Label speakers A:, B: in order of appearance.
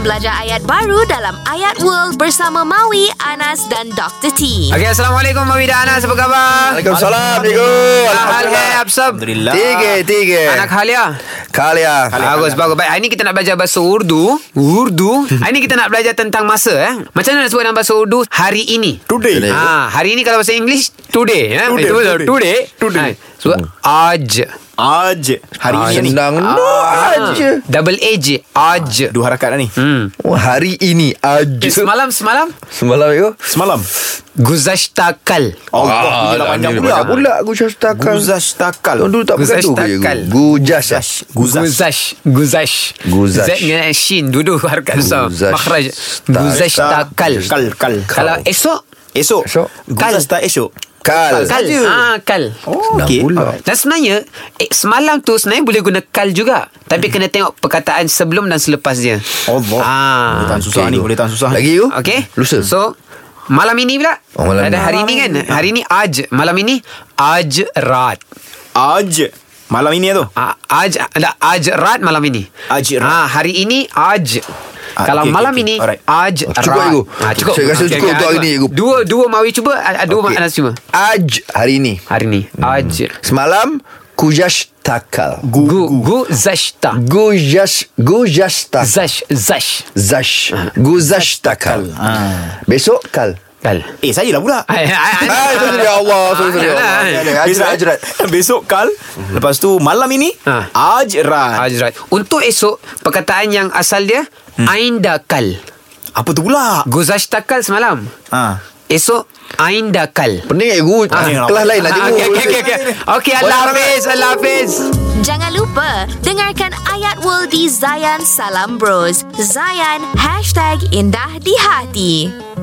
A: belajar ayat baru dalam Ayat World bersama Maui, Anas dan Dr. T.
B: Okey, Assalamualaikum Mawi dan Anas. Apa khabar?
C: Waalaikumsalam Nigo
B: Apa hal hai
C: Alhamdulillah
B: ab sab?
D: Alhamdulillah. ha-
C: Tiga Tiga
B: Anak halia.
C: Kalia
B: Bagus, bagus. Baik, hari ni kita nak belajar bahasa Urdu. Urdu. Hari ni kita nak belajar tentang masa. Eh. Macam mana nak sebut dalam bahasa Urdu hari ini?
D: Today.
C: Today.
B: Ah, hari ini kalau bahasa English, today. Eh.
D: Today,
B: Itu betul.
D: today.
B: Today.
D: Today. Hmm.
B: Ha, sebut aj.
D: Aj. Hari
C: Ah,
D: ini ni.
C: Senang
D: ya.
C: aja
B: Ah, Double aj. Aj.
D: Dua harakat dah ni.
B: Hmm.
C: Wah, Hari ini
B: Okay,
C: aja
B: semalam, semalam.
C: Semalam Nigo
D: Semalam.
B: Guzashtakal. Ah,
D: Allah, punya lah panjang pula.
C: Pula aku just takal
D: Guzas takal.
C: Tahun dulu tak
B: Guzas
C: pakai tu ke
B: takal.
C: Gujas
D: Guzas. Guzas.
B: Guzash Guzash
C: Guzash.
B: Z dengan Shin Duduk harakat besar
C: Guzash.
B: Makhraj
C: Tak.
B: Guzash takal
D: Kal, kal.
B: Kalau esok
D: Esok.
C: Esok.
D: Guzas tak esok.
B: Kal
C: Kal
D: Saja.
B: ah, Kal
D: Oh,
C: Senang
D: okey.
C: pula.
B: Dan sebenarnya eh, Semalam tu sebenarnya boleh guna kal juga Tapi kena tengok perkataan sebelum dan selepas dia
D: Allah.
B: ah,
D: Boleh tahan susah
C: okey,
D: ni,
C: Go.
D: boleh tahan susah.
C: Lagi you
B: Okay
C: Lusa
B: So Malam ini pula
C: Oh, malam
B: Ada
C: ini.
B: hari ini kan Hari ini Aj Malam ini Aj Rat
D: Aj. Malam ini ya tu.
B: Ah, Aj ada Ajrat malam ini.
D: Ajrat.
B: Ah, hari ini Aj.
D: Ah,
B: Kalau
D: okey,
B: malam
D: okey,
B: ini
D: alright.
B: Ajrat.
C: Cukup, Igu.
B: Ah, cukup.
C: Saya rasa
B: Okey,
C: cukup
B: okey,
C: untuk hari
B: Igu.
C: ni, Igu.
B: Dua dua Mawi cuba, ah, dua okay. Anas cuba.
C: Aj hari ini
B: Hari ni Aj.
C: Semalam Kujas takal
B: Gu gu zashta.
C: Gujas Gujas takal
B: Zash Ah. zash.
C: Zash Guzash takal Besok kal
B: Kal.
D: Ah. Eh, saya lah pula.
B: Ai, ai, ai.
C: Ah, sorry, sorry, Allah, sorry, sorry, ya
B: Ah,
C: Allah.
B: lah.
C: Ada, ada,
D: Besok- eh,
C: ajrat.
D: Besok kal. Lepas tu malam ini.
B: Ah.
D: Ajrat.
B: Ajrat. Untuk esok perkataan yang asal dia aindakal.
D: Apa tu pula?
B: Guzashtakal semalam.
D: Ha.
B: Esok aindakal.
C: Pening eh guru
D: Ah.
C: Kelas lain lah
B: Ah,
C: cikgu
B: Okey, okey, okey. okey. Okey, Allah Hafiz, Allah Hafiz.
A: Jangan lupa dengarkan Ayat World di Zayan Salam Bros. Zayan #IndahDiHati.